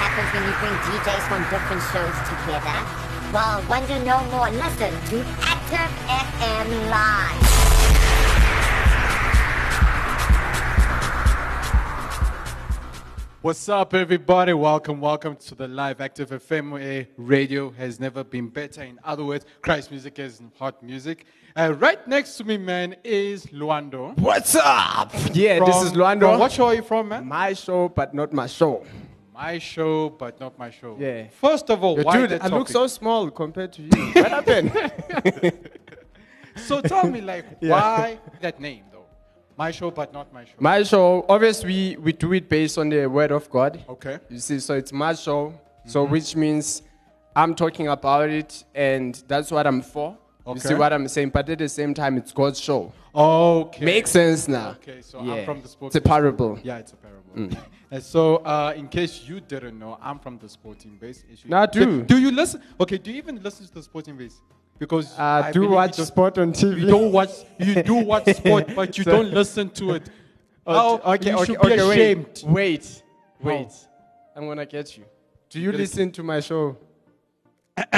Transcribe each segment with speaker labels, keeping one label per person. Speaker 1: bring DJs from different shows together? Well, wonder no more. Listen to Active FM Live.
Speaker 2: What's up, everybody? Welcome, welcome to the live active FM. Uh, Radio has never been better. In other words, Christ music is hot music. Uh, right next to me, man, is Luando.
Speaker 3: What's up? Yeah, this
Speaker 2: From-
Speaker 3: is Luando.
Speaker 2: From what show are you from, man?
Speaker 3: My show, but not my show.
Speaker 2: My show, but not my show.
Speaker 3: Yeah.
Speaker 2: First of all,
Speaker 3: Yo,
Speaker 2: why
Speaker 3: dude,
Speaker 2: that
Speaker 3: I look
Speaker 2: topic?
Speaker 3: so small compared to you. what happened?
Speaker 2: So tell me, like,
Speaker 3: Yeah.
Speaker 2: why that name though? My show, but not my show.
Speaker 3: My show, obviously, we, we do it based on the word of God.
Speaker 2: okay. Mm-hmm.
Speaker 3: You see, so it's my show, so which means I'm talking about it, and that's what I'm for. You see
Speaker 2: Okay.
Speaker 3: what I'm saying? But at the same time, it's God's show.
Speaker 2: Okay.
Speaker 3: Makes sense now.
Speaker 2: Okay, so I'm from the sports
Speaker 3: It's a parable.
Speaker 2: Yeah, it's a parable.
Speaker 3: Mm.
Speaker 2: And so, uh, in case you didn't know, I'm from the sporting base. Issue.
Speaker 3: Nah, do.
Speaker 2: Do, do you listen? Okay, do you even listen to the sporting base? Because
Speaker 3: I Uh, do
Speaker 2: believe you
Speaker 3: watch
Speaker 2: don't-
Speaker 3: sport on TV.
Speaker 2: You don't watch. You do watch sport, but you
Speaker 3: So-
Speaker 2: don't listen to it. Oh,
Speaker 3: okay,
Speaker 2: you
Speaker 3: okay,
Speaker 2: should
Speaker 3: okay,
Speaker 2: be ashamed.
Speaker 3: Wait, wait, wait. I'm gonna get you. Do you
Speaker 2: Get it.
Speaker 3: listen to my show? Like,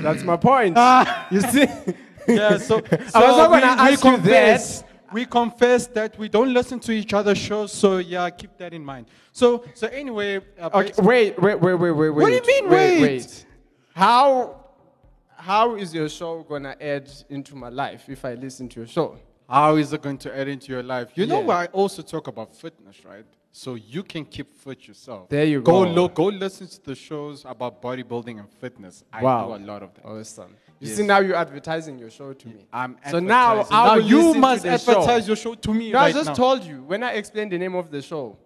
Speaker 3: that's my point.
Speaker 2: Ah.
Speaker 3: you see?
Speaker 2: Yeah, so, so
Speaker 3: I was not
Speaker 2: we- we
Speaker 3: gonna ask you
Speaker 2: confess-
Speaker 3: that.
Speaker 2: We confess that we don't listen to each other's shows, so yeah, keep that in mind. So, so anyway, uh,
Speaker 3: Okay,
Speaker 2: basi-
Speaker 3: wait, wait, wait, wait, wait.
Speaker 2: What do you mean,
Speaker 3: Wait,
Speaker 2: wait?
Speaker 3: wait. How, how is your show gonna add into my life if I listen to your show?
Speaker 2: How is it going to add into your life? You know,
Speaker 3: Yeah.
Speaker 2: I also talk about fitness, right? So you can keep fit yourself.
Speaker 3: There you go.
Speaker 2: Go look, go listen to the shows about bodybuilding and fitness. I
Speaker 3: wow, Oh.
Speaker 2: do a lot of that.
Speaker 3: Awesome. You
Speaker 2: Oh, Yes.
Speaker 3: see, now you're advertising your show to me.
Speaker 2: I'm
Speaker 3: so now
Speaker 2: advertising.
Speaker 3: I will
Speaker 2: you
Speaker 3: listen to
Speaker 2: must
Speaker 3: the show.
Speaker 2: advertise your show to me.
Speaker 3: No, I
Speaker 2: right
Speaker 3: just
Speaker 2: now.
Speaker 3: told you when I explained the name of the show.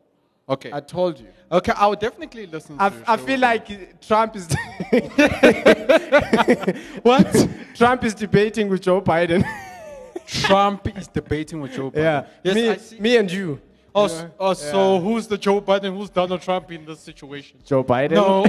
Speaker 2: Okay.
Speaker 3: I told you.
Speaker 2: okay, I will definitely listen.
Speaker 3: I,
Speaker 2: to your
Speaker 3: I
Speaker 2: show.
Speaker 3: feel like Trump is what? Trump is debating with Joe Biden.
Speaker 2: Trump is debating with Joe Biden. Yes, I
Speaker 3: me,
Speaker 2: see.
Speaker 3: me and you.
Speaker 2: Oh,
Speaker 3: You
Speaker 2: s-
Speaker 3: know?
Speaker 2: oh so who's the Joe Biden? Who's Donald Trump in this situation?
Speaker 3: Joe Biden.
Speaker 2: No,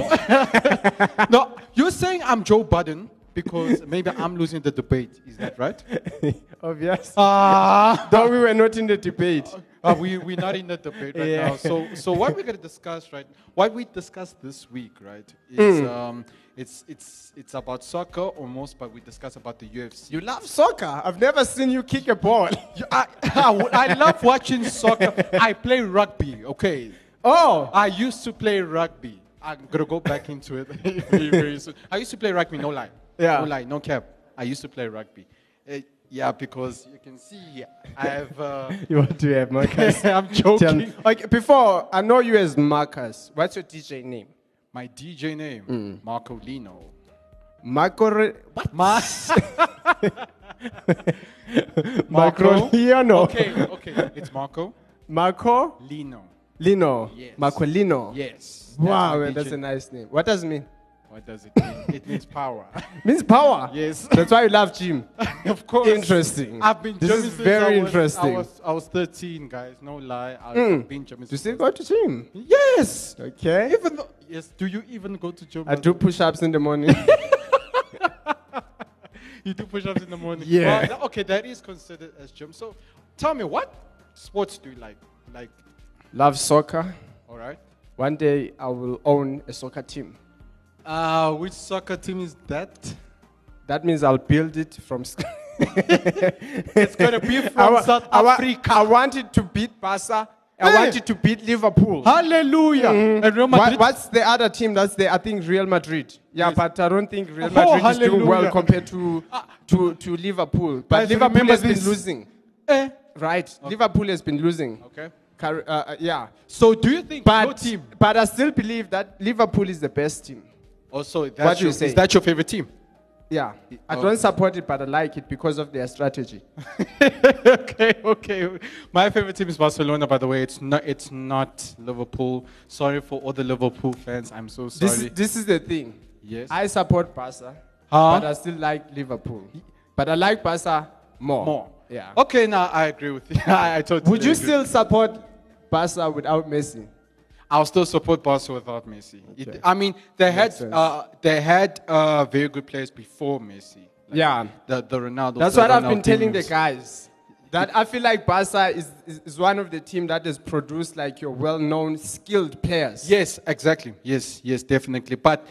Speaker 2: no. You're saying I'm Joe Biden because maybe I'm losing the debate. Is that right?
Speaker 3: obvious.
Speaker 2: Ah,
Speaker 3: Though we were not in the debate.
Speaker 2: uh, we we're not in the debate right
Speaker 3: Yeah.
Speaker 2: now. So so what we're gonna discuss right? What we discussed this week, right? Is um, it's it's it's about soccer almost, but we discuss about the UFC.
Speaker 3: You love soccer. I've never seen you kick a ball.
Speaker 2: You- I, I w- I love watching soccer. I play rugby. Okay,
Speaker 3: Oh,
Speaker 2: I used to play rugby. I'm gonna go back into it very, very soon. I used to play rugby, no lie.
Speaker 3: Yeah.
Speaker 2: No lie, no cap. I used to play rugby. Eh, yeah, because you can see I have. Uh,
Speaker 3: you want to have Marcus?
Speaker 2: I'm
Speaker 3: Tell
Speaker 2: joking.
Speaker 3: me. Okay, before I know you as Marcus. What's your DJ name?
Speaker 2: My DJ name, Marco Lino.
Speaker 3: Marco. Re- what?
Speaker 2: Ma-
Speaker 3: Marco Leono.
Speaker 2: Okay, okay. It's Marco
Speaker 3: Marco
Speaker 2: Lino.
Speaker 3: Lino.
Speaker 2: Yes.
Speaker 3: Marco Lino.
Speaker 2: Yes. that's
Speaker 3: Wow,
Speaker 2: my
Speaker 3: man, that's
Speaker 2: DJ
Speaker 3: a nice name. What does it mean?
Speaker 2: What does it mean? It means power.
Speaker 3: Means power.
Speaker 2: Yes.
Speaker 3: That's why you love gym.
Speaker 2: of course.
Speaker 3: Interesting.
Speaker 2: I've been
Speaker 3: This
Speaker 2: German
Speaker 3: is
Speaker 2: since
Speaker 3: very
Speaker 2: I was,
Speaker 3: interesting.
Speaker 2: I was, I was 13, guys. No lie. I've been German.
Speaker 3: Do
Speaker 2: since I
Speaker 3: you still
Speaker 2: was-
Speaker 3: go to gym?
Speaker 2: Yes.
Speaker 3: Okay.
Speaker 2: Even though, yes. Do you even go to German?
Speaker 3: I do push-ups in the morning.
Speaker 2: You do push-ups in the morning.
Speaker 3: Yeah.
Speaker 2: Well, tha- okay, that is considered as gym. So, tell me, what sports do you like? Like,
Speaker 3: love soccer.
Speaker 2: all right.
Speaker 3: One day I will own a soccer team.
Speaker 2: Uh, which soccer team is that?
Speaker 3: That means I'll build it from scratch.
Speaker 2: It's gonna be from
Speaker 3: I, wa-
Speaker 2: South
Speaker 3: I wa-
Speaker 2: Africa.
Speaker 3: I want it to beat Barca. I
Speaker 2: Hey.
Speaker 3: want it to beat Liverpool.
Speaker 2: Hallelujah! And Real
Speaker 3: Mm-hmm. What-
Speaker 2: Madrid.
Speaker 3: what's the other team? That's the I think Real Madrid. Yeah,
Speaker 2: Yes.
Speaker 3: but I don't think Real
Speaker 2: Oh,
Speaker 3: Madrid is doing well
Speaker 2: hallelujah. Ah.
Speaker 3: compared to to to Liverpool. But
Speaker 2: Guys,
Speaker 3: Liverpool
Speaker 2: remember
Speaker 3: has been
Speaker 2: this.
Speaker 3: losing,
Speaker 2: Eh?
Speaker 3: right? Liverpool has been losing.
Speaker 2: Okay.
Speaker 3: Car- uh, uh, yeah,
Speaker 2: So, do you think
Speaker 3: but
Speaker 2: your team?
Speaker 3: but I still believe that Liverpool is the best team.
Speaker 2: Also, oh, that's
Speaker 3: What do you
Speaker 2: your,
Speaker 3: say?
Speaker 2: is that your favorite team?
Speaker 3: Yeah, I
Speaker 2: oh.
Speaker 3: don't support it, but I like it because of their strategy.
Speaker 2: okay, okay. My favorite team is Barcelona, by the way. It's not, it's not Liverpool. Sorry for all the Liverpool fans. I'm so sorry.
Speaker 3: This this is the thing.
Speaker 2: Yes.
Speaker 3: I support Barca,
Speaker 2: Huh?
Speaker 3: but I still like Liverpool. But I like Barca more.
Speaker 2: More.
Speaker 3: Yeah.
Speaker 2: Okay, now I agree with you. Ah, I, I totally
Speaker 3: Would you
Speaker 2: agree.
Speaker 3: still support Barca without Messi?
Speaker 2: I'll still support Barca without Messi. It-
Speaker 3: Okay.
Speaker 2: I mean, they had
Speaker 3: sense.
Speaker 2: uh, they had uh, very good players before Messi. Like
Speaker 3: Yeah.
Speaker 2: The the Ronaldo.
Speaker 3: That's
Speaker 2: the
Speaker 3: what I've been telling the
Speaker 2: Ronaldinhos.
Speaker 3: guys. That I feel like Barca is, is, is one of the team that has produced like your well-known skilled players.
Speaker 2: Yes, exactly. Yes, yes, definitely. But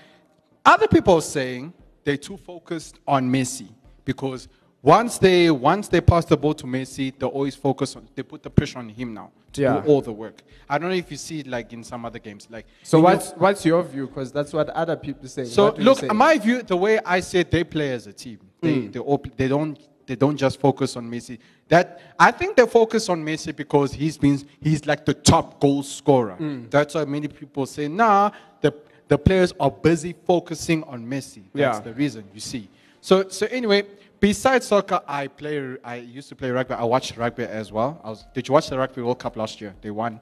Speaker 2: other people are saying they're too focused on Messi because once they once they pass the ball to Messi, they always focus on they put the pressure on him now to
Speaker 3: Yeah.
Speaker 2: do all the work. I don't know if you see it like in some other games, like
Speaker 3: So
Speaker 2: you know-
Speaker 3: what's what's your view? Because that's what other people say.
Speaker 2: So
Speaker 3: What do you
Speaker 2: look,
Speaker 3: say? Mm.
Speaker 2: my view, the way I see it, they play as a team. They they, all, pl- they don't they don't just focus on Messi. That I think they focus on Messi because he's been he's like the top goal scorer.
Speaker 3: Mm.
Speaker 2: That's why many people say, nah, the the players are busy focusing on Messi. That's
Speaker 3: Yeah.
Speaker 2: the reason you see. So so anyway, besides soccer, I play I used to play rugby. I watched rugby as well. I was, did you watch the Rugby World Cup last year? They won.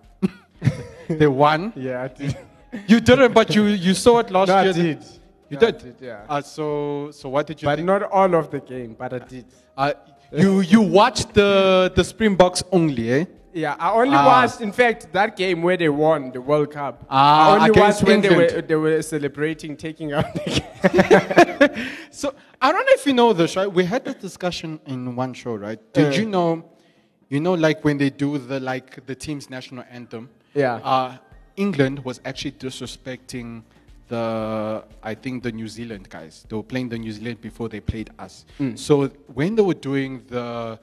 Speaker 2: they won.
Speaker 3: yeah, I did.
Speaker 2: You didn't, but you you saw it last
Speaker 3: No, I
Speaker 2: year.
Speaker 3: did.
Speaker 2: You
Speaker 3: No, I
Speaker 2: did?
Speaker 3: did, yeah.
Speaker 2: Uh, so so what did you
Speaker 3: but
Speaker 2: think?
Speaker 3: not all of the game. But I did.
Speaker 2: uh, you you watched the the Springboks only, eh?
Speaker 3: Yeah, I only
Speaker 2: Ah.
Speaker 3: watched. In fact, that game where they won the World Cup.
Speaker 2: Ah,
Speaker 3: I only
Speaker 2: against
Speaker 3: watched when they were
Speaker 2: England.
Speaker 3: they were celebrating taking out. The game.
Speaker 2: So I don't know if you know this, right? We had this discussion in one show, right? Did
Speaker 3: Yeah.
Speaker 2: you know, you know, like when they do the like the team's national anthem?
Speaker 3: Yeah.
Speaker 2: Uh, England was actually disrespecting the I think the New Zealand guys. They were playing the New Zealand before they played us.
Speaker 3: Hmm.
Speaker 2: So when they were doing the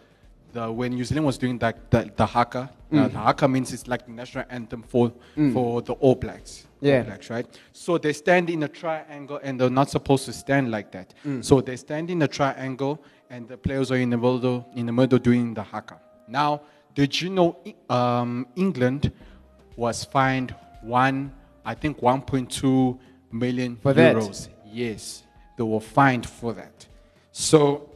Speaker 2: the when New Zealand was doing that the, the haka, uh,
Speaker 3: Hmm.
Speaker 2: the haka means it's like the national anthem for for the All Blacks.
Speaker 3: Yeah.
Speaker 2: All Blacks, right? So they stand in a triangle and they're not supposed to stand like that.
Speaker 3: Mm.
Speaker 2: So they stand in a triangle and the players are in the middle, in the middle doing the haka. Now, did you know E- um, England was fined one, I think 1.2 million
Speaker 3: For that?
Speaker 2: euros? Yes, they were fined for that. So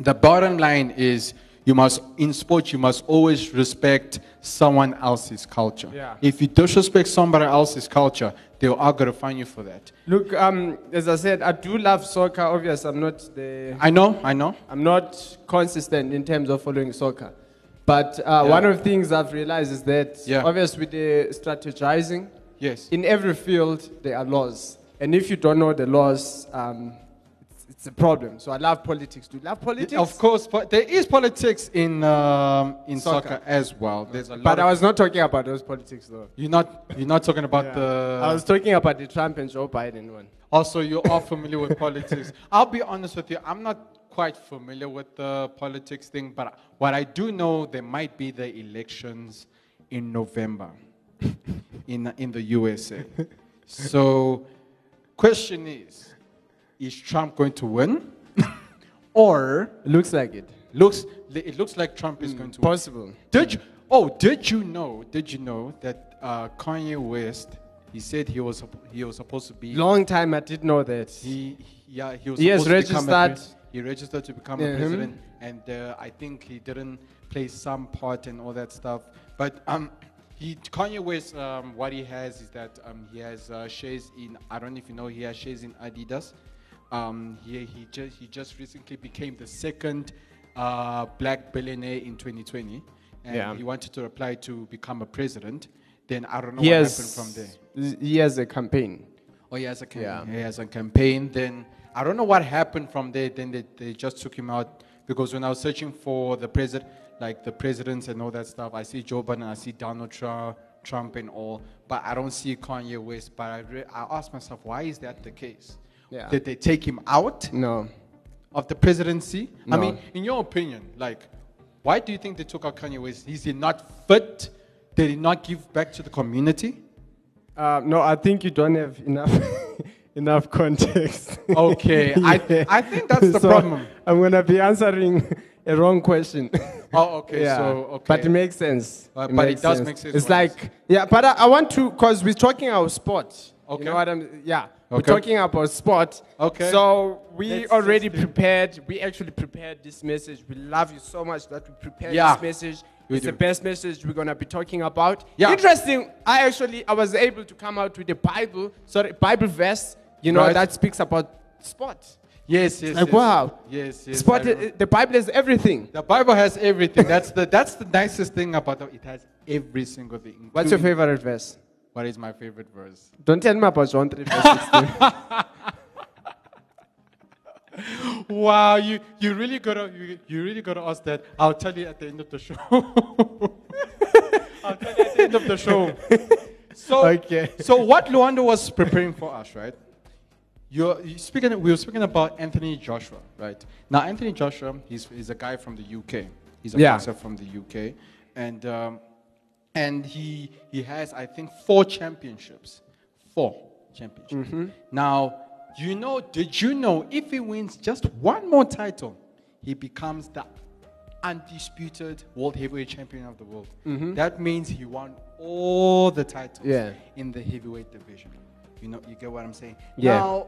Speaker 2: the bottom line is you must in sports you must always respect someone else's culture.
Speaker 3: Yeah.
Speaker 2: If you disrespect somebody else's culture, they are going to find you for that.
Speaker 3: Look, um, as I said, I do love soccer. Obviously, I'm not the
Speaker 2: I know, I know.
Speaker 3: I'm not consistent in terms of following soccer. But uh, one of the things I've realized is that
Speaker 2: Yeah.
Speaker 3: obviously with the strategizing,
Speaker 2: Yes.
Speaker 3: in every field there are laws. And if you don't know the laws, um, it's, it's a problem. So I love politics. Do you love politics?
Speaker 2: Of course, but there is politics in um, in soccer.
Speaker 3: Soccer.
Speaker 2: as well. There's a lot.
Speaker 3: But
Speaker 2: of-
Speaker 3: I was not talking about those politics though.
Speaker 2: you're not you're not talking about the.
Speaker 3: I was talking about the Trump and Joe Biden one.
Speaker 2: Also, you are familiar with politics. I'll be honest with you, I'm not quite familiar with the politics thing, but what I do know, there might be the elections in November in, in the USA. So, question is is Trump going to win? or
Speaker 3: Looks like it.
Speaker 2: looks it looks like Trump is going to win.
Speaker 3: Possible.
Speaker 2: Did you, oh, did you know? Did you know that uh, Kanye West? He said he was supp- he was supposed to be
Speaker 3: Long time I did know that.
Speaker 2: he, yeah, he was
Speaker 3: He has
Speaker 2: supposed to become a
Speaker 3: registered-
Speaker 2: pres- he registered to become
Speaker 3: Yeah,
Speaker 2: a
Speaker 3: him.
Speaker 2: president, and uh, I think he didn't play some part and all that stuff. But um, he Kanye West, um, what he has is that um, he has uh, shares in. I don't know if you know, he has shares in Adidas. Um, he he just he just recently became the second uh, black billionaire in 2020, and
Speaker 3: Yeah.
Speaker 2: he wanted to apply to become a president. Then I don't know
Speaker 3: He
Speaker 2: what
Speaker 3: has,
Speaker 2: happened from there.
Speaker 3: he has a campaign.
Speaker 2: Oh, he has a campaign.
Speaker 3: Yeah.
Speaker 2: He has a campaign. Then I don't know what happened from there. Then they, they just took him out because when I was searching for the president, like the presidents and all that stuff, I see Joe Biden, I see Donald Trump, Trump and all, but I don't see Kanye West. But I, re- I asked myself, why is that the case?
Speaker 3: Yeah.
Speaker 2: Did they take him out
Speaker 3: No.
Speaker 2: of the presidency? I
Speaker 3: No.
Speaker 2: mean, in your opinion, like, why do you think they took out Kanye West? Is he not fit? Did he not give back to the community?
Speaker 3: Uh, no, I think you don't have enough enough context.
Speaker 2: Okay, I- I think that's the
Speaker 3: So,
Speaker 2: problem.
Speaker 3: I'm gonna be answering a wrong question.
Speaker 2: Oh, okay.
Speaker 3: yeah,
Speaker 2: So, okay.
Speaker 3: but it makes sense.
Speaker 2: Uh, but it does make sense
Speaker 3: It's
Speaker 2: when
Speaker 3: like yeah, but I, I want to because we're talking about sport.
Speaker 2: Okay.
Speaker 3: You know what I'm? Yeah, we're
Speaker 2: Okay.
Speaker 3: talking about sport.
Speaker 2: Okay.
Speaker 3: So we
Speaker 2: Let's
Speaker 3: already
Speaker 2: just do-
Speaker 3: prepared. We actually prepared this message. We love you so much that we prepared
Speaker 2: Yeah,
Speaker 3: this message.
Speaker 2: we
Speaker 3: it's
Speaker 2: do.
Speaker 3: the best message we're gonna be talking about.
Speaker 2: Yeah.
Speaker 3: Interesting. I actually I was able to come out with a Bible, sorry, Bible verse. You know
Speaker 2: Right.
Speaker 3: that speaks about sport.
Speaker 2: Yes, yes.
Speaker 3: Like
Speaker 2: yes.
Speaker 3: wow.
Speaker 2: Yes, yes.
Speaker 3: Sport.
Speaker 2: I remember.
Speaker 3: The Bible is everything.
Speaker 2: the Bible has everything. That's the that's the nicest thing about it. It has every single thing.
Speaker 3: What's your
Speaker 2: including-
Speaker 3: favorite verse?
Speaker 2: What is my favorite verse?
Speaker 3: Don't tell me about John 3 verse 16.
Speaker 2: wow, you, you really gotta you, you really gotta ask that. I'll tell you at the end of the show. I'll tell you at the end of the show. So
Speaker 3: Okay.
Speaker 2: so what Luanda was preparing for us, right? You're, you speaking. We were speaking about Anthony Joshua, right? Now Anthony Joshua, he's, he's a guy from the UK. He's a
Speaker 3: Yeah.
Speaker 2: boxer from the UK, and um, and he he has I think four championships, four championships.
Speaker 3: Mm-hmm.
Speaker 2: Now you know, did you know if he wins just one more title, he becomes the undisputed world heavyweight champion of the world. That means he won all the titles
Speaker 3: Mm-hmm. Yeah.
Speaker 2: in the heavyweight division. You know, you get what I'm saying.
Speaker 3: Yeah.
Speaker 2: Now,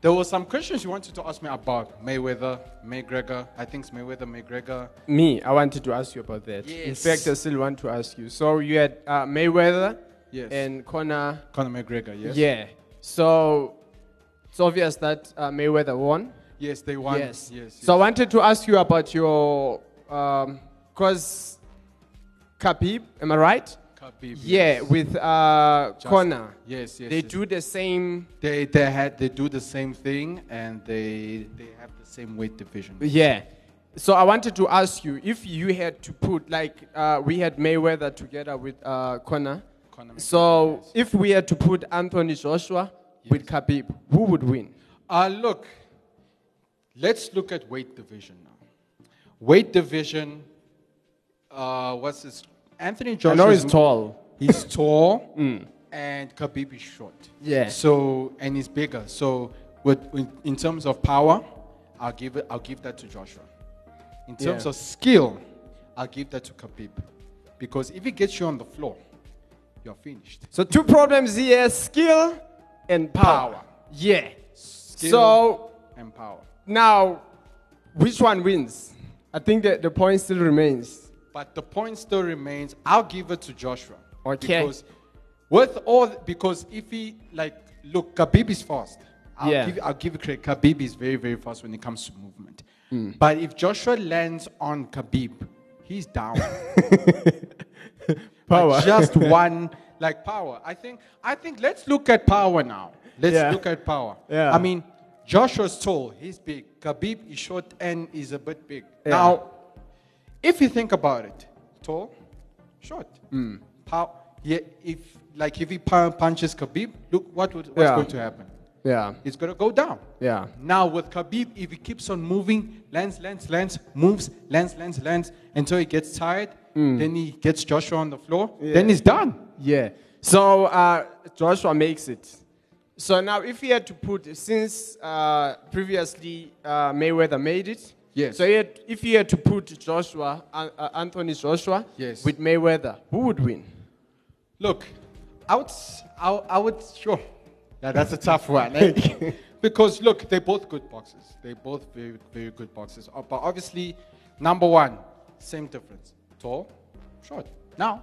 Speaker 2: there were some questions you wanted to ask me about Mayweather, McGregor. I think it's Mayweather, McGregor.
Speaker 3: Me, I wanted to ask you about that. In
Speaker 2: Yes.
Speaker 3: fact, I still want to ask you. So you had uh, Mayweather
Speaker 2: Yes.
Speaker 3: and Conor.
Speaker 2: Conor McGregor, yes.
Speaker 3: Yeah. So it's obvious that uh, Mayweather won.
Speaker 2: Yes, they won.
Speaker 3: Yes.
Speaker 2: Yes.
Speaker 3: So I
Speaker 2: yes.
Speaker 3: wanted to ask you about your, because Khabib, am I right?
Speaker 2: Khabib,
Speaker 3: Yeah,
Speaker 2: yes.
Speaker 3: with uh,
Speaker 2: Justin.
Speaker 3: Conor.
Speaker 2: Yes, yes.
Speaker 3: They
Speaker 2: yes.
Speaker 3: do the same.
Speaker 2: They they had they do the same thing and they they have the same weight division.
Speaker 3: Yeah. So I wanted to ask you if you had to put like uh, we had Mayweather together with uh, Conor.
Speaker 2: Conor McGregor,
Speaker 3: So
Speaker 2: yes.
Speaker 3: if we had to put Anthony Joshua with Khabib, who would win?
Speaker 2: Uh, look, let's look at weight division now. Weight division, uh, what's his? Anthony Joshua.
Speaker 3: I know he's tall.
Speaker 2: He's tall, and Khabib is short.
Speaker 3: Mm. Yeah.
Speaker 2: So and he's bigger. So with, with in terms of power, I'll give it. I'll give that to Joshua. In terms
Speaker 3: Yeah.
Speaker 2: of skill, I'll give that to Khabib, because if he gets you on the floor, you're finished.
Speaker 3: So two problems here: skill and power.
Speaker 2: Power.
Speaker 3: Yeah.
Speaker 2: Skill
Speaker 3: So
Speaker 2: and power.
Speaker 3: now, which one wins? I think that the point still remains.
Speaker 2: But the point still remains. I'll give it to Joshua.
Speaker 3: Okay.
Speaker 2: Because with all, because if he like, look, Khabib is fast. I'll
Speaker 3: Yeah.
Speaker 2: give I'll give it credit. Khabib is very very fast when it comes to movement.
Speaker 3: Hmm.
Speaker 2: But if Joshua lands on Khabib, he's down.
Speaker 3: Power.
Speaker 2: But just one like power. I think I think let's look at power now. Let's
Speaker 3: Yeah.
Speaker 2: look at power.
Speaker 3: Yeah.
Speaker 2: I mean, Joshua's tall. He's big. Khabib is short and is a bit big.
Speaker 3: Yeah.
Speaker 2: Now if you think about it, tall, short,
Speaker 3: Hmm.
Speaker 2: how? Yeah, if like if he pu- punches Khabib, look what would, what's
Speaker 3: Yeah.
Speaker 2: going to happen.
Speaker 3: Yeah.
Speaker 2: It's going to go down.
Speaker 3: Yeah.
Speaker 2: Now with Khabib, if he keeps on moving, lands, lands, lands, moves, lands, lands, lands until he gets tired, then he gets Joshua on the floor, then he's done.
Speaker 3: Yeah. So uh, Joshua makes it. So now, if he had to put, since uh, previously uh, Mayweather made it,
Speaker 2: Yes.
Speaker 3: So he had, if he had to put Joshua, uh, uh, Anthony Joshua,
Speaker 2: Yes.
Speaker 3: with Mayweather, who would win?
Speaker 2: Look, I would, s- I, w- I would, sure. Yeah, that's a tough one. eh? because look, they're both good boxers. They're both very, very good boxers. Uh, But obviously, number one, same difference. Tall, short. Now,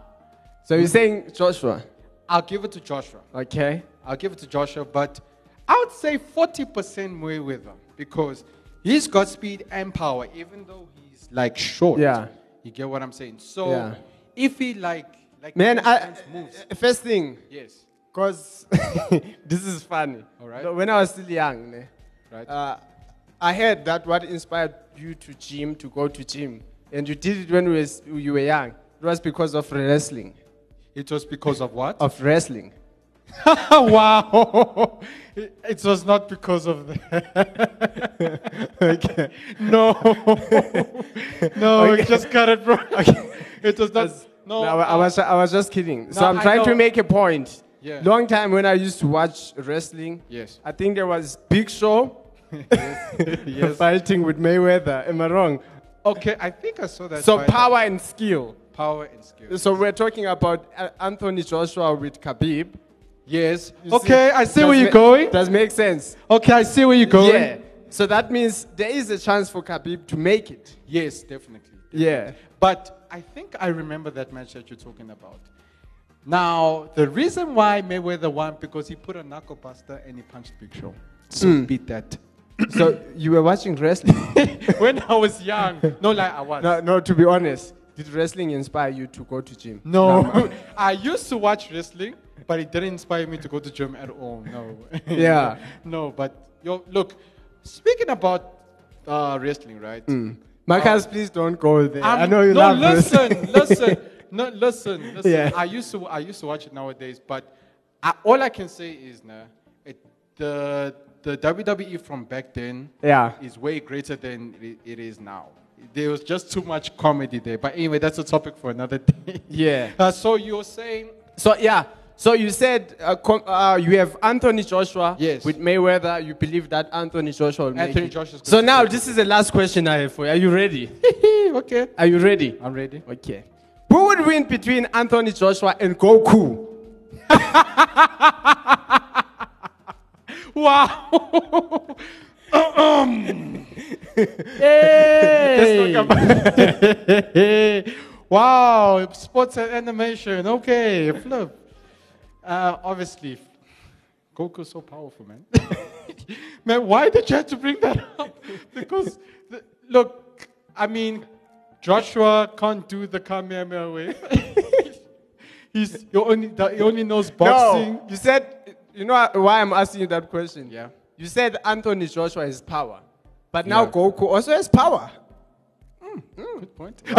Speaker 3: So you're saying Joshua?
Speaker 2: I'll give it to Joshua.
Speaker 3: Okay.
Speaker 2: I'll give it to Joshua, but I would say 40% Mayweather because he's got speed and power, even though he's like short.
Speaker 3: Yeah.
Speaker 2: You get what I'm saying? So
Speaker 3: Yeah.
Speaker 2: if he like, like
Speaker 3: Man, I,
Speaker 2: sometimes moves.
Speaker 3: first thing,
Speaker 2: Yes.
Speaker 3: cause this is funny.
Speaker 2: All right.
Speaker 3: When I was still young, ne,
Speaker 2: Right.
Speaker 3: uh, I heard that what inspired you to gym, to go to gym, and you did it when we was, you were young. It was because of wrestling.
Speaker 2: It was because of what?
Speaker 3: Of wrestling.
Speaker 2: wow. It, it was not because of that. okay. No. no,
Speaker 3: Okay.
Speaker 2: just cut it, bro. It was not. No.
Speaker 3: No, I, I
Speaker 2: uh,
Speaker 3: was I was just kidding. so
Speaker 2: No,
Speaker 3: I'm
Speaker 2: I
Speaker 3: trying to
Speaker 2: know.
Speaker 3: make a point.
Speaker 2: Yeah.
Speaker 3: Long time when I used to watch wrestling.
Speaker 2: Yes.
Speaker 3: I think there was Big Show
Speaker 2: Yes.
Speaker 3: fighting with Mayweather. Am I wrong?
Speaker 2: Okay, I think I saw that.
Speaker 3: so
Speaker 2: fight.
Speaker 3: power and skill.
Speaker 2: power and skill.
Speaker 3: So we're talking about uh, Anthony Joshua with Khabib.
Speaker 2: Yes.
Speaker 3: You
Speaker 2: okay, I see
Speaker 3: does
Speaker 2: where you're
Speaker 3: ma-
Speaker 2: going.
Speaker 3: Does make sense.
Speaker 2: Okay, I see where you're going.
Speaker 3: Yeah. So that means there is a chance for Khabib to make it.
Speaker 2: Yes, definitely.
Speaker 3: Yeah.
Speaker 2: But I think I remember that match that you're talking about. Now, the reason why Mayweather won because he put a knuckle buster and he punched Big Show. So beat that.
Speaker 3: so you were watching wrestling.
Speaker 2: when I was young, no lie, I was.
Speaker 3: no, no. To be honest, did wrestling inspire you to go to gym?
Speaker 2: No, I used to watch wrestling, but it didn't inspire me to go to gym at all. No.
Speaker 3: Yeah.
Speaker 2: no, but yo, look, Speaking about uh, wrestling, right?
Speaker 3: Marcus, please don't go there.
Speaker 2: I'm-
Speaker 3: i know you
Speaker 2: no,
Speaker 3: love
Speaker 2: listen, listen,
Speaker 3: wrestling.
Speaker 2: no, listen, listen.
Speaker 3: Yeah.
Speaker 2: I used to, I used to watch it nowadays, but I, all I can say is, nah, it, the the WWE from back then,
Speaker 3: Yeah.
Speaker 2: is way greater than it, it is now. There was just too much comedy there. But anyway, that's a topic for another day.
Speaker 3: Yeah.
Speaker 2: Uh, so you're saying
Speaker 3: So yeah. So you said uh, com- uh, you have Anthony Joshua
Speaker 2: Yes.
Speaker 3: with Mayweather. You believe that Anthony Joshua will make
Speaker 2: Anthony
Speaker 3: it.
Speaker 2: Joshua's
Speaker 3: So
Speaker 2: good.
Speaker 3: now this is the last question I have for you. Are you ready?
Speaker 2: okay,
Speaker 3: Are you ready?
Speaker 2: I'm ready.
Speaker 3: Okay. Who would win between Anthony Joshua and Goku?
Speaker 2: Wow.
Speaker 3: Hey.
Speaker 2: wow, sports and animation. Okay, flip. Uh, obviously, Goku's so powerful, man. man, why did you have to bring that up? Because, the, look, I mean, Joshua can't do the Kamehameha wave. He's he only he only knows boxing.
Speaker 3: No, you said you know why I'm asking you that question.
Speaker 2: Yeah.
Speaker 3: You said Anthony Joshua has power, but now
Speaker 2: Yeah.
Speaker 3: Goku also has power.
Speaker 2: Good point.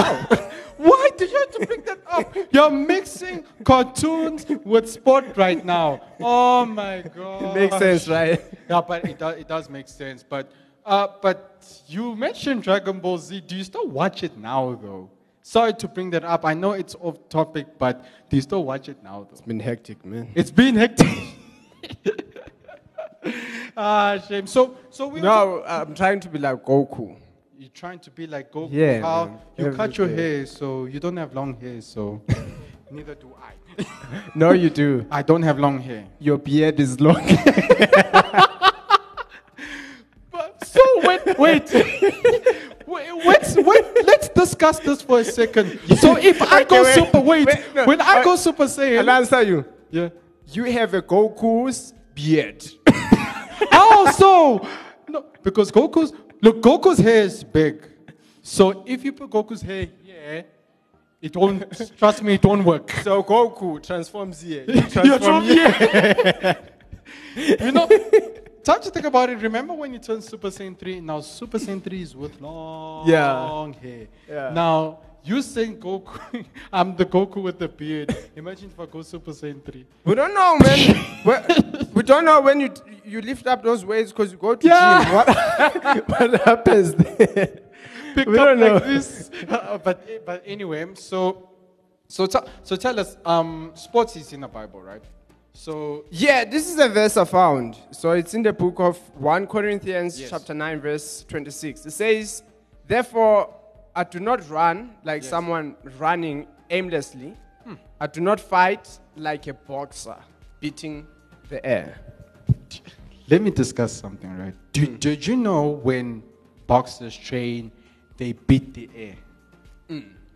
Speaker 2: Why did you have to bring that up? You're mixing cartoons with sport right now. Oh my god.
Speaker 3: Makes sense, right?
Speaker 2: Yeah, but it does, it does make sense. But uh, but you mentioned Dragon Ball Z. Do you still watch it now though? Sorry to bring that up. I know it's off topic, but do you still watch it now though?
Speaker 3: It's been hectic, man.
Speaker 2: It's been hectic. ah, shame. So so we were talking-
Speaker 3: No, I'm trying to be like Goku.
Speaker 2: you're trying to be like Goku.
Speaker 3: Yeah,
Speaker 2: How
Speaker 3: man.
Speaker 2: you
Speaker 3: Every
Speaker 2: cut your
Speaker 3: day.
Speaker 2: hair, so you don't have long hair, so neither do I.
Speaker 3: No, you do.
Speaker 2: I don't have long hair.
Speaker 3: Your beard is long.
Speaker 2: But so wait, wait, wait, wait, wait. Let's discuss this for a second. So if I
Speaker 3: Okay,
Speaker 2: go
Speaker 3: wait,
Speaker 2: super, wait,
Speaker 3: wait, no,
Speaker 2: when I
Speaker 3: uh,
Speaker 2: go super Saiyan,
Speaker 3: I'll answer you.
Speaker 2: yeah.
Speaker 3: You have a Goku's beard.
Speaker 2: also, Oh, no, because Goku's look, Goku's hair is big. So if you put Goku's hair here, it won't. trust me, it won't work.
Speaker 3: So Goku transforms here. You
Speaker 2: You're
Speaker 3: transform here.
Speaker 2: you know, time to think about it. Remember when you turned Super Saiyan 3? Now, Super Saiyan 3 is with long,
Speaker 3: Yeah.
Speaker 2: hair.
Speaker 3: Yeah.
Speaker 2: Now, you saying Goku, I'm the Goku with the beard. Imagine if I go Super Saiyan 3.
Speaker 3: We don't know, man. we, we don't know when you you lift up those weights because you go to
Speaker 2: Yeah.
Speaker 3: gym. What, what happens there?
Speaker 2: Pick
Speaker 3: We
Speaker 2: up
Speaker 3: don't
Speaker 2: like
Speaker 3: know.
Speaker 2: this. Uh, but, but anyway, so, so, te- so tell us, um, sports is in the Bible, right? So,
Speaker 3: Yeah, this is a verse I found. So it's in the book of 1 Corinthians,
Speaker 2: Yes.
Speaker 3: chapter 9, verse 26. It says, Therefore, I do not run like
Speaker 2: Yes. Hmm.
Speaker 3: someone running aimlessly. I do not fight like a boxer beating the air.
Speaker 2: Let me discuss something, right? Do, Did you know when boxers train, they beat the air?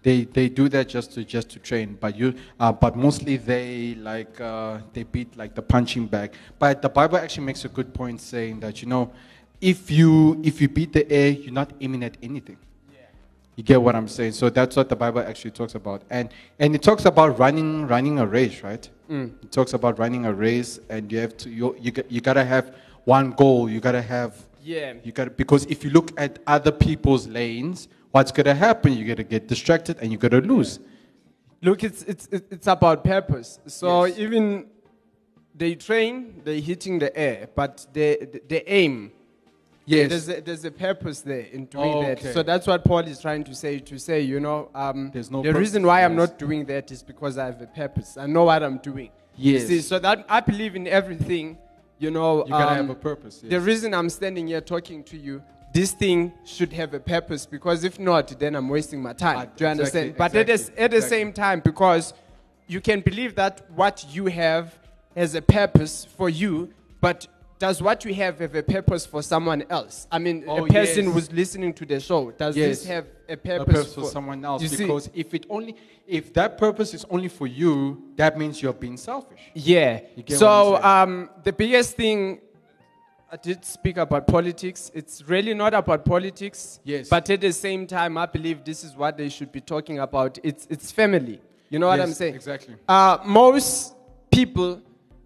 Speaker 2: They, they do that just to just to train, but you uh, but mostly they like uh, they beat like the punching bag. But the Bible actually makes a good point saying that you know, if you if you beat the air, you're not aiming at anything. You get what I'm saying? So that's what the Bible actually talks about. And and it talks about running running a race, right?
Speaker 3: Mm.
Speaker 2: It talks about running a race and you have to you you, got- you got to have one goal. You got to have
Speaker 3: Yeah.
Speaker 2: You got to because if you look at other people's lanes, what's going to happen? You're going to get distracted and you're going to lose.
Speaker 3: Look, it's, it's, it- it's about purpose. So
Speaker 2: Yes.
Speaker 3: even they train, they're hitting the air, but they, they- they aim.
Speaker 2: Yes. Oh,
Speaker 3: There's, a, there's a purpose there in doing
Speaker 2: Okay.
Speaker 3: that. So that's what Paul is trying to say. To say, you know, um,
Speaker 2: There's no
Speaker 3: the
Speaker 2: purpose,
Speaker 3: reason why I'm
Speaker 2: yes.
Speaker 3: not doing that is because I have a purpose. I know what I'm doing. You
Speaker 2: Yes.
Speaker 3: See, so that I believe in everything. You know,
Speaker 2: You gotta
Speaker 3: um,
Speaker 2: have a purpose,
Speaker 3: The
Speaker 2: yes.
Speaker 3: reason I'm standing here talking to you, this thing should have a purpose because if not, then I'm wasting my time.
Speaker 2: Ah,
Speaker 3: Do
Speaker 2: exactly,
Speaker 3: you understand? but at,
Speaker 2: exactly,
Speaker 3: the, at the
Speaker 2: exactly.
Speaker 3: same time, because you can believe that what you have has a purpose for you, but does what you have have a purpose for someone else? I mean,
Speaker 2: Oh,
Speaker 3: a person
Speaker 2: yes.
Speaker 3: who's listening to the show, does
Speaker 2: Yes.
Speaker 3: this have a
Speaker 2: a
Speaker 3: purpose,
Speaker 2: purpose for someone else
Speaker 3: You see-
Speaker 2: because if it only if that purpose is only for you, that means you're being selfish.
Speaker 3: Yeah.
Speaker 2: You get what
Speaker 3: So
Speaker 2: I'm
Speaker 3: um, the biggest thing I did speak about politics. It's really not about politics.
Speaker 2: Yes.
Speaker 3: But at the same time, I believe this is what they should be talking about. It's it's family. You know what
Speaker 2: Yes,
Speaker 3: I'm saying?
Speaker 2: exactly.
Speaker 3: Uh, most people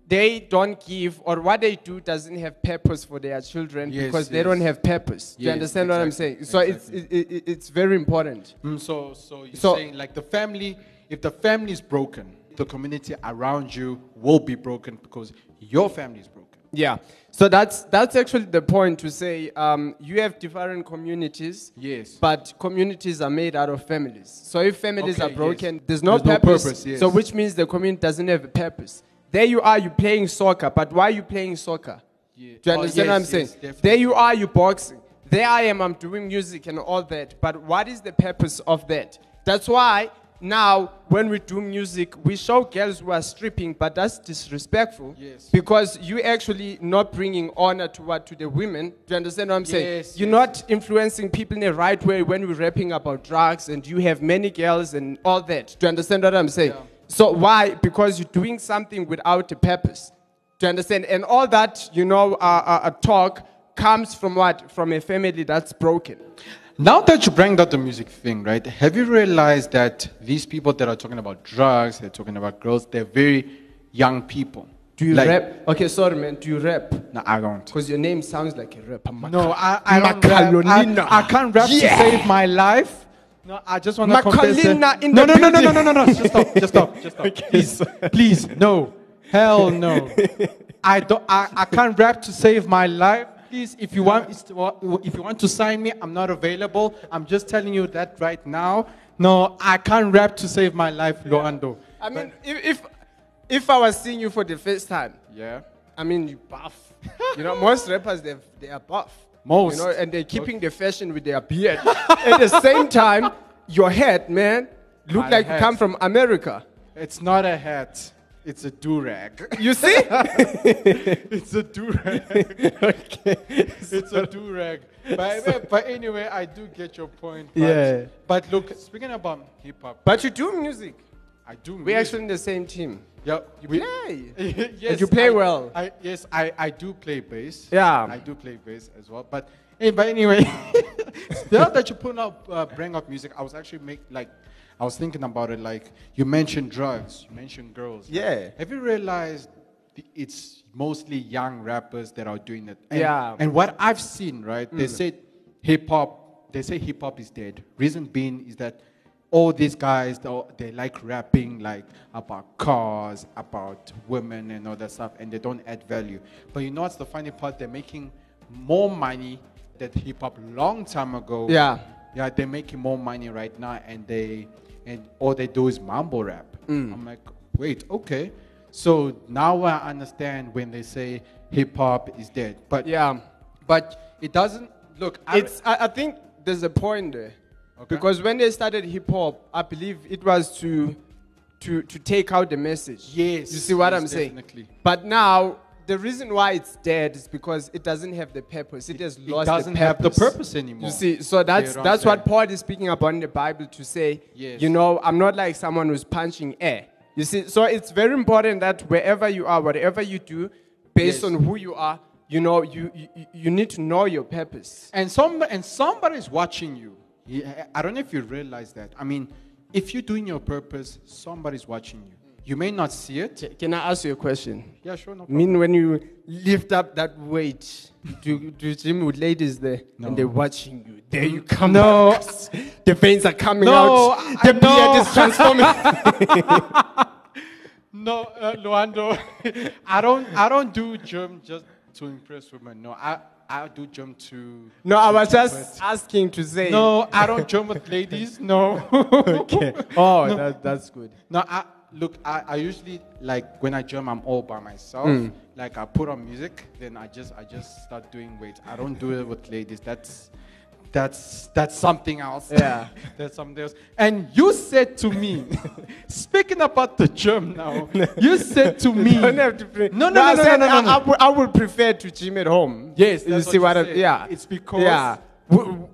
Speaker 3: they don't give or what they do doesn't have purpose for their children
Speaker 2: Yes,
Speaker 3: because they
Speaker 2: yes.
Speaker 3: don't have purpose. Do you
Speaker 2: Yes,
Speaker 3: understand what I'm saying?
Speaker 2: exactly,
Speaker 3: So it's it, it, it's very important.
Speaker 2: Mm, so, so you're
Speaker 3: So-
Speaker 2: saying like the family, if the family is broken, the community around you will be broken because your family is broken.
Speaker 3: Yeah. So that's that's actually the point to say um, you have different communities.
Speaker 2: Yes.
Speaker 3: But communities are made out of families. So if families
Speaker 2: Okay,
Speaker 3: are broken,
Speaker 2: yes.
Speaker 3: there's no
Speaker 2: There's no
Speaker 3: purpose.
Speaker 2: purpose, yes.
Speaker 3: So which means the community doesn't have a purpose. There you are, you're playing soccer, but why are you playing soccer?
Speaker 2: Yeah.
Speaker 3: Do you
Speaker 2: Oh,
Speaker 3: understand what I'm
Speaker 2: yes,
Speaker 3: saying?
Speaker 2: yes, definitely.
Speaker 3: there you are, you're boxing. There I am, I'm doing music and all that. But what is the purpose of that? That's why now when we do music, we show girls who are stripping, but that's disrespectful.
Speaker 2: Yes.
Speaker 3: Because you actually not bringing honor to what to the women. Do you understand what I'm saying?
Speaker 2: Yes,
Speaker 3: You're
Speaker 2: yes.
Speaker 3: not not influencing people in the right way when we're rapping about drugs and you have many girls and all that. Do you understand what I'm saying?
Speaker 2: Yeah.
Speaker 3: So why? Because you're doing something without a purpose. Do you understand? And all that, you know, uh, uh, uh, talk comes from what? From a family that's broken.
Speaker 2: Now that you bring up the music thing, right? Have you realized that these people that are talking about drugs, they're talking about girls, they're very young people.
Speaker 3: Do you
Speaker 2: Like-
Speaker 3: rap? Okay, sorry, man. Do you rap?
Speaker 2: No, I don't.
Speaker 3: Because your name sounds like a rapper. Maka-
Speaker 2: No, I, I don't rap.
Speaker 3: Makalolina.
Speaker 2: I, I can't rap
Speaker 3: Yeah.
Speaker 2: to save my life. No, I just want to confess
Speaker 3: Makalolina
Speaker 2: that.
Speaker 3: in
Speaker 2: no,
Speaker 3: the
Speaker 2: no, no, no, no,
Speaker 3: building.
Speaker 2: no, no, no, Just stop. Just stop. Just stop. Please, please, no. Hell no. I don't. I, I can't rap to save my life. Please, if you want, if you want to sign me, I'm not available. I'm just telling you that right now. No, I can't rap to save my life, Loando.
Speaker 3: I mean, if, if if I was seeing you for the first time,
Speaker 2: Yeah.
Speaker 3: I mean, you buff. You know, most rappers they they are buff.
Speaker 2: Most.
Speaker 3: You know, and they're keeping the fashion with their beard. At the same time, your head, man, look
Speaker 2: My
Speaker 3: like you
Speaker 2: head.
Speaker 3: come from America.
Speaker 2: It's not a hat. It's a do rag.
Speaker 3: You see?
Speaker 2: It's a do rag. It's a do rag. But, but anyway, I do get your point. But,
Speaker 3: Yeah.
Speaker 2: But look, speaking about hip hop,
Speaker 3: but you do music.
Speaker 2: I do.
Speaker 3: We're
Speaker 2: music.
Speaker 3: actually in the same team.
Speaker 2: Yeah,
Speaker 3: We
Speaker 2: we,
Speaker 3: play.
Speaker 2: yes,
Speaker 3: you play
Speaker 2: I-
Speaker 3: well.
Speaker 2: I, yes, I, I do play bass.
Speaker 3: Yeah.
Speaker 2: I do play bass as well. But hey, but anyway, now that you put up uh, bring up music, I was actually make like I was thinking about it. Like you mentioned drugs, you mentioned girls.
Speaker 3: Yeah.
Speaker 2: Have you realized the, it's mostly young rappers that are doing it? And-
Speaker 3: Yeah. Mm.
Speaker 2: And what I've seen, right? They said hip hop. They say hip hop is dead. Reason being is that all these guys, they all- they like rapping like about cars, about women, and all that stuff, and they don't add value. But you know what's the funny part? They're making more money than hip hop long time ago.
Speaker 3: Yeah.
Speaker 2: Yeah, they're making more money right now, and they and all they do is mumble rap. I'm like, wait, okay. So now I understand when they say hip hop is dead. But
Speaker 3: Yeah.
Speaker 2: but it doesn't look. I,
Speaker 3: It's I, I think there's a point there.
Speaker 2: Okay.
Speaker 3: Because when they started hip hop, I believe it was to to to take out the message.
Speaker 2: Yes,
Speaker 3: You see what
Speaker 2: yes,
Speaker 3: I'm saying?
Speaker 2: definitely.
Speaker 3: But now the reason why it's dead is because it doesn't have the purpose. It has lost
Speaker 2: doesn't
Speaker 3: the
Speaker 2: have the
Speaker 3: purpose.
Speaker 2: purpose anymore.
Speaker 3: You see, so that's
Speaker 2: what I'm
Speaker 3: that's what
Speaker 2: saying?
Speaker 3: Paul is speaking about in the Bible to say,
Speaker 2: Yes.
Speaker 3: you know, I'm not like someone who's punching air. You see, so it's very important that wherever you are, whatever you do, based
Speaker 2: Yes.
Speaker 3: on who you are, you know, you, you you- you need to know your purpose.
Speaker 2: and some and somebody's watching you. Yeah, I don't know if you realize that. I mean, if you're doing your purpose, somebody's watching you. You may not see it.
Speaker 3: Ca- Can I ask you a question?
Speaker 2: Yeah, sure, no
Speaker 3: I mean, when you lift up that weight, do, do you gym with ladies there and they're watching you? There you come.
Speaker 2: No.
Speaker 3: out. The veins are coming
Speaker 2: No,
Speaker 3: out.
Speaker 2: I-
Speaker 3: The
Speaker 2: no.
Speaker 3: beard is transforming.
Speaker 2: No, uh, Luando, I don't. I don't do gym just to impress women. No, I I do gym to.
Speaker 3: no, I was just asking to say.
Speaker 2: No, I don't gym with ladies. No.
Speaker 3: Okay. Oh, that, that's good.
Speaker 2: No, I look. I, I usually like when I jump, I'm all by myself. Like I put on music, then I just I just start doing weights. I don't do it with ladies. That's that's that's something else.
Speaker 3: Yeah.
Speaker 2: that's something else. And you said to me, speaking about the gym now, you said to me,
Speaker 3: You don't have to pre-
Speaker 2: no, no,
Speaker 3: I
Speaker 2: no, no, no,
Speaker 3: said
Speaker 2: no,
Speaker 3: I,
Speaker 2: no.
Speaker 3: I would- I would prefer to gym at home.
Speaker 2: Yes,
Speaker 3: you
Speaker 2: that's
Speaker 3: see
Speaker 2: what
Speaker 3: what,
Speaker 2: you
Speaker 3: I,
Speaker 2: said.
Speaker 3: yeah.
Speaker 2: It's because-
Speaker 3: yeah. W- w-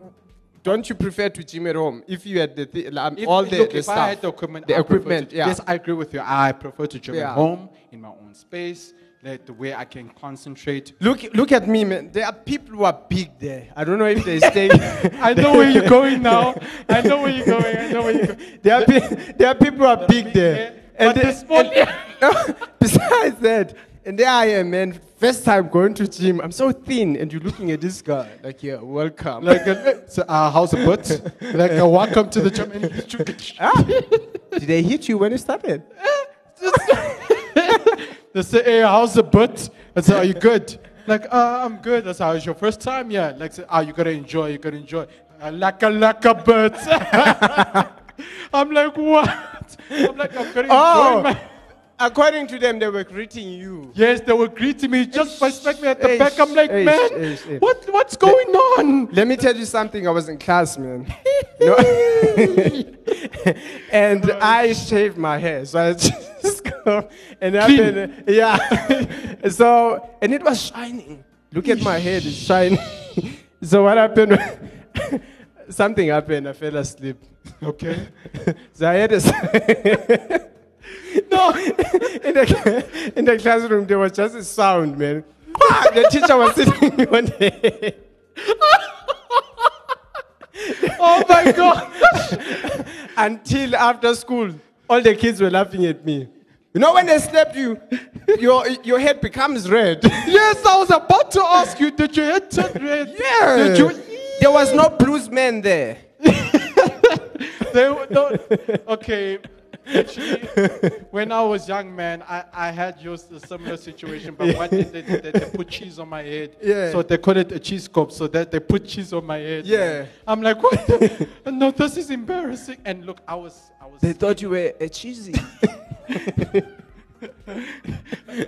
Speaker 3: don't you prefer to gym at home if you had the thi- like, um, all the,
Speaker 2: look,
Speaker 3: the
Speaker 2: if
Speaker 3: stuff,
Speaker 2: I had the equipment,
Speaker 3: the
Speaker 2: I prefer to-
Speaker 3: equipment? yeah.
Speaker 2: Yes, I agree with you. I prefer to jump
Speaker 3: Yeah.
Speaker 2: at home in my own space, that the way I can concentrate.
Speaker 3: Look, look at me, man. There are people who are big there. I don't know if they stay.
Speaker 2: I know where you're going now. I know where you're going. I know where you're going.
Speaker 3: there, are pe- there are people who are big,
Speaker 2: big
Speaker 3: there.
Speaker 2: there, but they're small.
Speaker 3: and- besides that, And there I am, man. First time going to gym. I'm so thin, and you're looking at this guy like, yeah, welcome.
Speaker 2: Like, uh, so, uh, how's the butt? Like, uh, welcome to the gym. And he's tr-
Speaker 3: Ah. Did they hit you when you started?
Speaker 2: they say, hey, how's the butt? I say, are you good? Like, uh, I'm good. That's how it's your first time? Yeah. Like, say, oh, you gotta enjoy, you gotta enjoy. Uh, like a, like a butt. I'm like, what? I'm like, I'm gonna
Speaker 3: Oh.
Speaker 2: enjoy my...
Speaker 3: According to them, they were greeting you.
Speaker 2: Yes, they were greeting me just by smacking me at the
Speaker 3: Eish,
Speaker 2: back. I'm like,
Speaker 3: eish,
Speaker 2: man,
Speaker 3: eish, eish."
Speaker 2: what what's going on?
Speaker 3: Let me tell you something. I was in class, man. No. and I shaved my hair, so I just go and I've
Speaker 2: Clean.
Speaker 3: been, yeah. so and it was shining. Look at my head; it's shining. so what happened? something happened. I fell asleep.
Speaker 2: Okay.
Speaker 3: so I had a. s- no, in the, in the classroom there was just a sound, man. Ah, the teacher was sitting on the head.
Speaker 2: Oh my god.
Speaker 3: until after school, all the kids were laughing at me. You know, when they slap you, your, your head becomes red.
Speaker 2: yes, I was about to ask you, did you hit turn red? Did you
Speaker 3: There was no blues man there.
Speaker 2: they were- no, okay. Actually, when I was young, man, I, I had just a similar situation, but what did they do? They, they put cheese on my head.
Speaker 3: Yeah.
Speaker 2: So they call it a cheese cup, so that they put cheese on my head. man.
Speaker 3: Yeah.
Speaker 2: I'm like, what? the- no, this is embarrassing. And look, I was, I was.
Speaker 3: They thought you were a cheesy.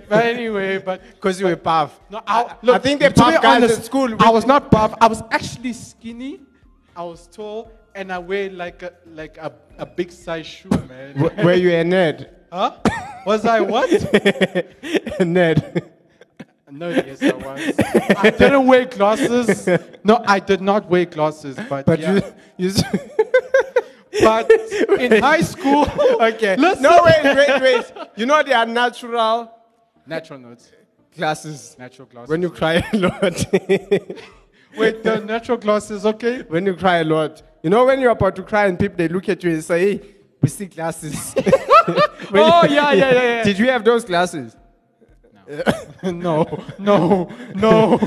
Speaker 2: But anyway, but
Speaker 3: Because you were buff.
Speaker 2: No, I,
Speaker 3: I
Speaker 2: look,
Speaker 3: think they
Speaker 2: to be
Speaker 3: buff guys
Speaker 2: honest,
Speaker 3: at school.
Speaker 2: I was not buff. I was actually skinny. I was tall, and I wear like a like a, a big size shoe, man.
Speaker 3: Were you a nerd?
Speaker 2: huh? Was I what?
Speaker 3: a nerd.
Speaker 2: No, yes, I was. I didn't wear glasses. No, I did not wear glasses, but
Speaker 3: But
Speaker 2: yeah.
Speaker 3: you. you
Speaker 2: but in high school,
Speaker 3: okay.
Speaker 2: Listen.
Speaker 3: No, wait, wait, wait. You know, they are natural
Speaker 2: natural notes,
Speaker 3: glasses.
Speaker 2: natural glasses.
Speaker 3: When you cry a lot.
Speaker 2: wait, the natural glasses, okay?
Speaker 3: when you cry a lot. You know when you're about to cry and people they look at you and say, "Hey, we see glasses." When
Speaker 2: Oh,
Speaker 3: you-
Speaker 2: yeah, yeah, yeah, yeah.
Speaker 3: Did you have those glasses?
Speaker 2: no, no, no.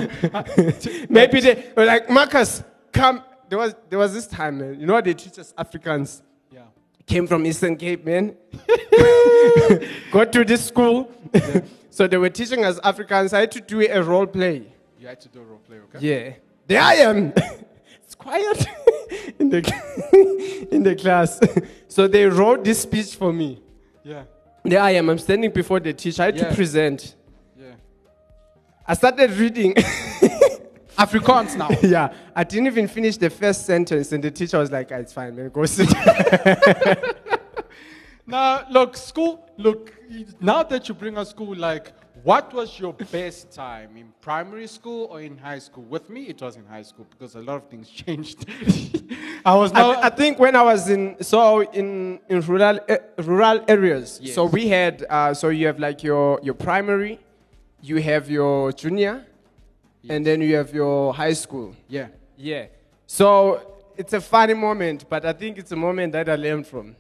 Speaker 3: Maybe they were like, "Marcus, come." There was there was this time, man. You know they teach us Africans
Speaker 2: yeah.
Speaker 3: came from Eastern Cape, man. Got to this school, so they were teaching us Africans. I had to do a role play.
Speaker 2: You had to do a role play, okay?
Speaker 3: Yeah. There I am. it's quiet in the in the class. so they wrote this speech for me.
Speaker 2: Yeah.
Speaker 3: There I am. I'm standing before the teacher. I had
Speaker 2: Yeah.
Speaker 3: to present.
Speaker 2: Yeah.
Speaker 3: I started reading.
Speaker 2: Afrikaans now.
Speaker 3: yeah. I didn't even finish the first sentence, and the teacher was like, "Ah, "It's fine, man. Go sit." down."
Speaker 2: now, look, school, look, now that you bring up school, like, what was your best time in primary school or in high school? With me, it was in high school because a lot of things changed. I was
Speaker 3: I,
Speaker 2: now.
Speaker 3: I think when I was in so in in rural uh, rural areas,
Speaker 2: Yes.
Speaker 3: so we had uh, so you have like your your primary, you have your junior, and then you have your high school.
Speaker 2: yeah.
Speaker 3: Yeah. So it's a funny moment, but I think it's a moment that I learned from.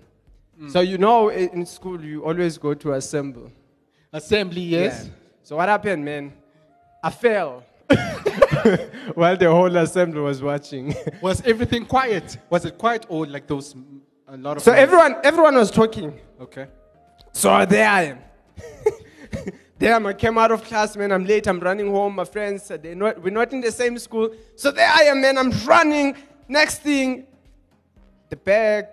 Speaker 3: So you know, i- in school you always go to assemble.
Speaker 2: Assembly, yes.
Speaker 3: Yeah. So what happened, man? I fell. While the whole assembly was watching.
Speaker 2: Was everything quiet? Was it quiet or like those a lot of
Speaker 3: so
Speaker 2: noise?
Speaker 3: everyone, everyone was talking.
Speaker 2: Okay.
Speaker 3: So there I am. there I'm- I came out of class, man. I'm late. I'm running home. My friends, uh, they not, we're not in the same school. So there I am, man. I'm running. Next thing, the bag.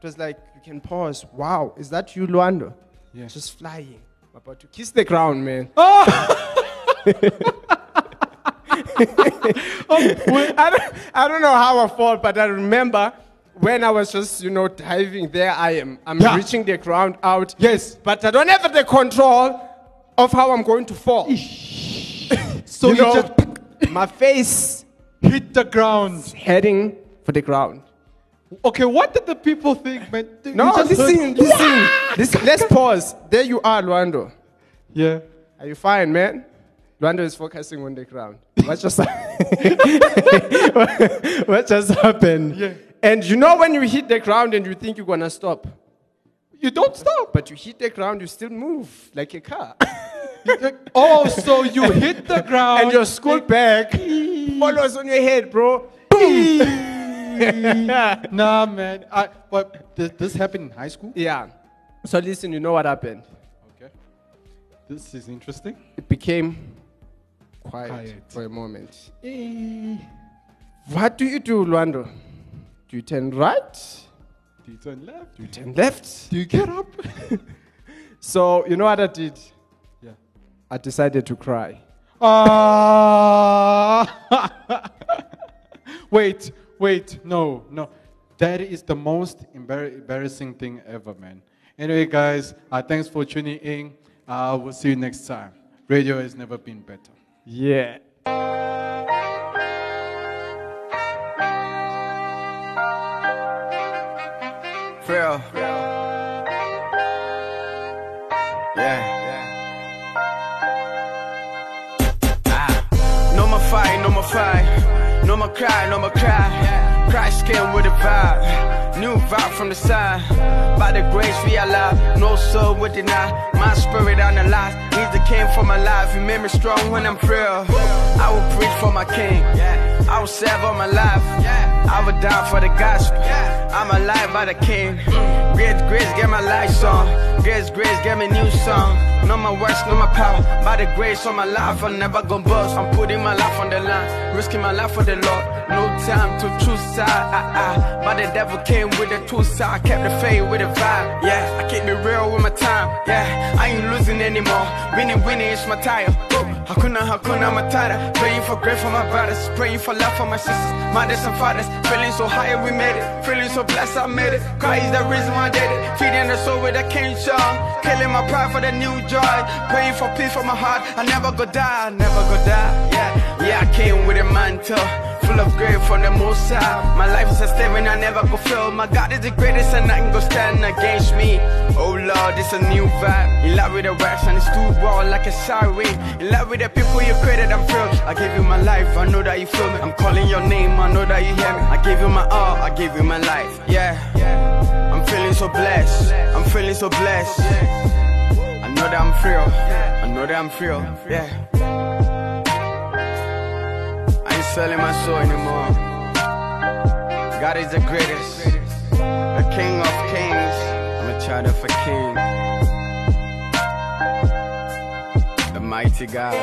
Speaker 3: It was like you can pause. Wow, is that you, Luando?
Speaker 2: Yeah. Oh!
Speaker 3: Just flying. I'm about to kiss the ground, man. Oh, I don't, I don't know how I fall, but I remember when I was just, you know, diving. There I am. I'm
Speaker 2: Yeah.
Speaker 3: reaching the ground out.
Speaker 2: Yes.
Speaker 3: But I don't have the control of how I'm going to fall.
Speaker 2: So you,
Speaker 3: you know,
Speaker 2: just
Speaker 3: my face
Speaker 2: hit the ground.
Speaker 3: heading for the ground.
Speaker 2: Okay, what did the people think, man? You
Speaker 3: No,
Speaker 2: just heard-
Speaker 3: listen, listen. This, let's pause. There you are, Luando.
Speaker 2: Yeah.
Speaker 3: Are you fine, man? Luando is focusing on the ground. What just, what just happened?
Speaker 2: Yeah.
Speaker 3: And you know when you hit the ground and you think you're gonna stop,
Speaker 2: You don't stop.
Speaker 3: but you hit the ground, you still move like a car.
Speaker 2: oh, so you hit the ground.
Speaker 3: and your school bag follows on your head, bro.
Speaker 2: Nah, man. I, but th- this happened in high school?
Speaker 3: Yeah. So listen, you know what happened?
Speaker 2: Okay. This is interesting.
Speaker 3: It became quiet,
Speaker 2: Quiet.
Speaker 3: for a moment.
Speaker 2: Do
Speaker 3: What do you do, Luando? Do you turn right?
Speaker 2: you turn left? Do you,
Speaker 3: Turn left?
Speaker 2: get up?
Speaker 3: So you know what I did?
Speaker 2: yeah.
Speaker 3: I decided to cry.
Speaker 2: Ah! wait, wait. No, no. That is the most embar- embarrassing thing ever, man. Anyway, guys, uh, thanks for tuning in. Uh, we'll see you next time. Radio has never been better.
Speaker 3: Yeah.
Speaker 4: Real. Yeah. Ah. No more fight, no more fight. No more cry, no more cry. Cry skin with a vibe. New vibe from the side. By the grace we are alive. No soul would deny. My spirit analyzed. He's the king for my life. You made me strong when I'm frail. I will preach for my king. I will serve all my life. I will die for the gospel. I'm alive by the king. Grace, grace, get my life song. Grace, grace, get me new song. Know my works, know my power. By the grace of my life, I'm never gonna bust. I'm putting my life on the line, risking my life for the Lord. No time to choose side. Ah, ah. But the devil came with the two side. Kept the faith with the vibe. Yeah, I keep it real with my time. Yeah, I ain't losing anymore. Winning, winning is my tire. Woo. Hakuna, hakuna matata. Praying for grace for my brothers. Praying for love for my sisters, mothers and fathers. Feeling so high, we made it. Feeling so blessed, I made it. Christ is the reason why I did it. Feeding the soul with a king song. Killing my pride for the new joy. Praying for peace for my heart. I never go die, I never go die. Yeah, yeah, I came with a mantle. Full of grace from the most high. My life is a statement I never go fail. My God is the greatest and nothing go stand against me. Oh Lord, it's a new vibe. In love with the rest and it's too raw like a siren. In love with the people you created, I'm filled. I give you my life, I know that you feel me. I'm calling your name, I know that you hear me. I give you my all, I give you my life. Yeah, I'm feeling so blessed. I'm feeling so blessed. I know that I'm real. I know that I'm real. Yeah. I ain't selling my soul anymore. God is the greatest, the King of Kings. I'm a child of a King, the mighty God.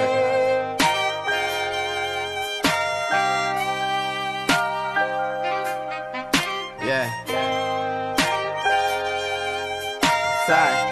Speaker 4: Yeah. Side.